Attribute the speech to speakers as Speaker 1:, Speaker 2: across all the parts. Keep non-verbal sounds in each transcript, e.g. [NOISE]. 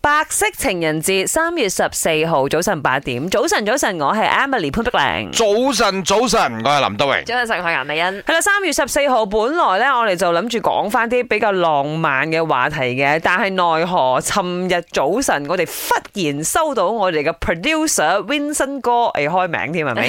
Speaker 1: 白色情人節三月十四號早晨八點，早晨早晨，我係 Emily 潘碧玲。
Speaker 2: 早晨，早晨，我係林德榮。
Speaker 3: 早晨，我係顏美欣。
Speaker 1: 係啦，三月十四號本來呢，我哋就諗住講翻啲比較浪漫嘅話題嘅，但係奈何尋日早晨我哋忽然收到我哋嘅 producer Vincent 哥，誒開名添係
Speaker 2: [LAUGHS]
Speaker 1: 咪？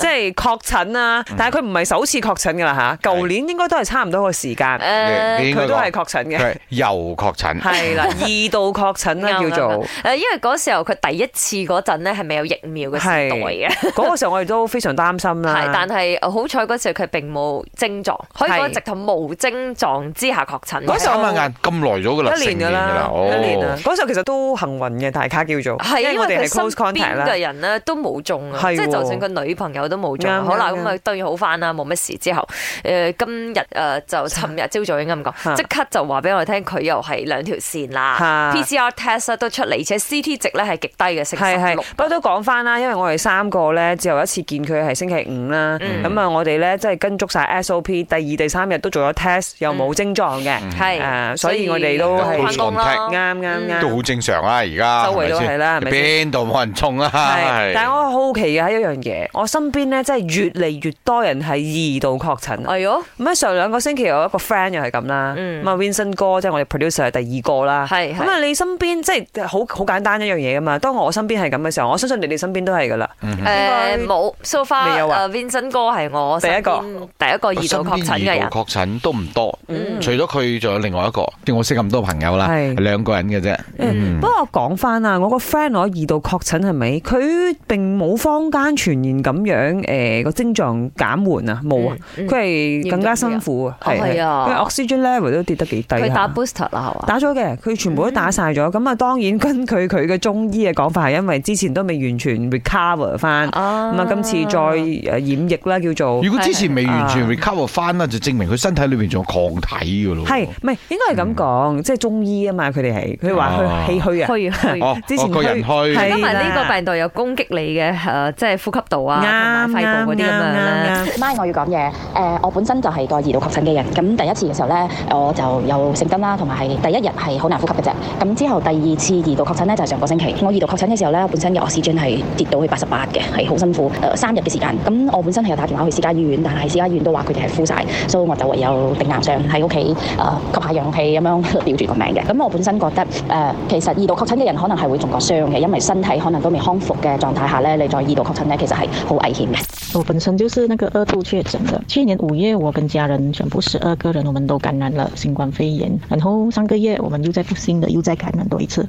Speaker 1: 即係確診啊！
Speaker 2: 嗯
Speaker 1: 但係佢唔係首次確診㗎啦吓，舊年應該都係差唔多個時間，
Speaker 3: 誒
Speaker 2: 你應該
Speaker 1: 佢都係
Speaker 2: 講
Speaker 1: 確診嘅。
Speaker 2: 佢係又確診，
Speaker 1: 係啦，二度確診
Speaker 2: [LAUGHS]
Speaker 1: 啦，叫做。
Speaker 3: 誒，因為嗰時候佢第一次嗰陣咧係未有疫苗嘅時代嘅，係
Speaker 1: 嗰個時候我哋都非常擔心啦。
Speaker 3: 但係呃好彩嗰時候佢並冇症狀，可以
Speaker 1: 係
Speaker 3: 講直頭無症狀之下確診嘅。
Speaker 1: 嗰時候
Speaker 2: 眨下眼咁耐咗噶啦，
Speaker 1: 一年
Speaker 2: 成
Speaker 1: 㗎
Speaker 2: 㗎
Speaker 1: 啦，
Speaker 2: 哦
Speaker 1: 一年啊，嗰時候其實都幸運嘅，大家叫做，
Speaker 3: 係因
Speaker 1: 我哋
Speaker 3: 為
Speaker 1: 係
Speaker 3: 佢身
Speaker 1: close contact
Speaker 3: 邊
Speaker 1: 啦，
Speaker 3: 嘅人咧都冇中啊，
Speaker 1: 係喎
Speaker 3: 即係就算佢女朋友都冇
Speaker 1: 啱
Speaker 3: 中。好啦，
Speaker 1: 啱
Speaker 3: 咁啊當然好翻啦，冇乜事之後，呃誒今日誒就尋日朝早應該咁
Speaker 1: 嚇
Speaker 3: 講，即刻就話俾我聽佢又係兩條線啦
Speaker 1: 嚇
Speaker 3: ，PCR test 啊都出嚟，而且 CT 值咧係極低嘅，成
Speaker 1: 係
Speaker 3: 十
Speaker 1: 係，
Speaker 3: 六啊
Speaker 1: 不。過都講翻啦，因為我哋三個咧，最後一次見佢係星期五啦，
Speaker 3: 嗯
Speaker 1: 咁啊，我哋咧即係跟足晒 SOP，第二、第三日都做咗 test，又冇症狀嘅，
Speaker 3: 係
Speaker 1: 誒所以我哋都係
Speaker 3: 翻工啦，
Speaker 1: 啱啱
Speaker 3: 嗯
Speaker 1: 啱，
Speaker 2: 都好正常啊！而家
Speaker 1: 周圍都
Speaker 2: 咪先
Speaker 1: 係啦係咪先
Speaker 2: 邊度冇人中啊？
Speaker 1: 係，但係我好奇嘅係一樣嘢，我身邊咧真係越嚟越多人係二度確診。
Speaker 3: 哎呦，
Speaker 1: 咁啊，上兩個星期有一個 friend 又係咁啦，
Speaker 3: 嗯
Speaker 1: 咁啊 Vincent 哥即係我哋 producer 係第二個啦。
Speaker 3: 係
Speaker 1: 咁啊，你身邊即係好好簡單一樣嘢噶嘛。當我身邊係咁嘅時候，我相信你哋身邊都係噶啦。
Speaker 3: 誒冇，so
Speaker 1: 嗯未
Speaker 3: far，
Speaker 1: 有啊
Speaker 3: 誒 Vincent 哥係我
Speaker 1: 第一個
Speaker 3: 身邊第一個
Speaker 2: 我身
Speaker 3: 二度確
Speaker 2: 邊
Speaker 3: 診嘅
Speaker 2: 二
Speaker 3: 人
Speaker 2: 度，確診都唔多，
Speaker 1: 嗯
Speaker 2: 除咗佢，仲有另外一個。即係我識咁多朋友啦，
Speaker 1: 係
Speaker 2: 係兩個人嘅啫。
Speaker 1: 嗯不過我講翻啊，我個 friend 我二度確診係咪？佢並冇坊間傳言咁樣誒個症狀減緩啊，冇啊，
Speaker 3: 嗯嗯
Speaker 1: 佢係更加辛苦啊，
Speaker 3: 嚴重啲啊哦係啊
Speaker 1: 佢 oxygen level 都跌得幾低
Speaker 3: 佢
Speaker 1: 下
Speaker 3: 打 booster 啦，係嘛？
Speaker 1: 打咗嘅，佢全
Speaker 3: 嗯
Speaker 1: 部都打晒咗。咁啊，當然根據佢嘅中醫嘅講法，係因為之前都未完全 recover 翻，咁
Speaker 3: 啊嗯
Speaker 1: 啊，今次再誒染疫啦，叫做
Speaker 2: 如果之前未完全
Speaker 1: 啊
Speaker 2: recover 翻啦，就證明佢身體裏邊仲有抗體噶咯。
Speaker 1: 係唔係應該係咁
Speaker 3: 嗯
Speaker 1: 講，即係中醫啊嘛，佢哋係佢
Speaker 3: 哦
Speaker 1: 話佢氣虛啊，[LAUGHS]
Speaker 3: 虛虛。
Speaker 2: 哦，
Speaker 1: 之前
Speaker 2: 哦個人
Speaker 1: 佢
Speaker 2: 虛
Speaker 1: 係
Speaker 3: 因為呢
Speaker 1: 啦
Speaker 3: 個病毒有攻擊你嘅誒，即係呼吸道啊，同
Speaker 1: 啱
Speaker 3: 埋肺部嗰啲咁樣咧。
Speaker 1: 啱啱啱
Speaker 4: m 我要講嘢。誒、我本身就係個二度確診嘅人。咁第一次嘅時候咧，我就有symptom 啦，同埋係第一日係好難呼吸嘅啫。咁之後第二次二度確診咧，就係、上個星期。我二度確診嘅時候咧，我本身嘅 oxygen 係跌到去八十八嘅，係好辛苦。誒、三日嘅時間。咁我本身係有打電話去私家醫院，但係私家醫院都話佢哋係 full 晒，所以我就唯有頂硬上喺屋企誒吸下氧氣咁樣吊住個命嘅。咁我本身覺得誒、其實二度確診嘅人可能係會中過傷嘅，因為身體可能都未康復嘅狀態下咧，你再二度確診咧，其實係好危險嘅。
Speaker 5: 我本身就是那个二度确诊的。去年五月，我跟家人全部十二个人，我们都感染了新冠肺炎。然后上个月，我们又再不幸的又再感染多一次。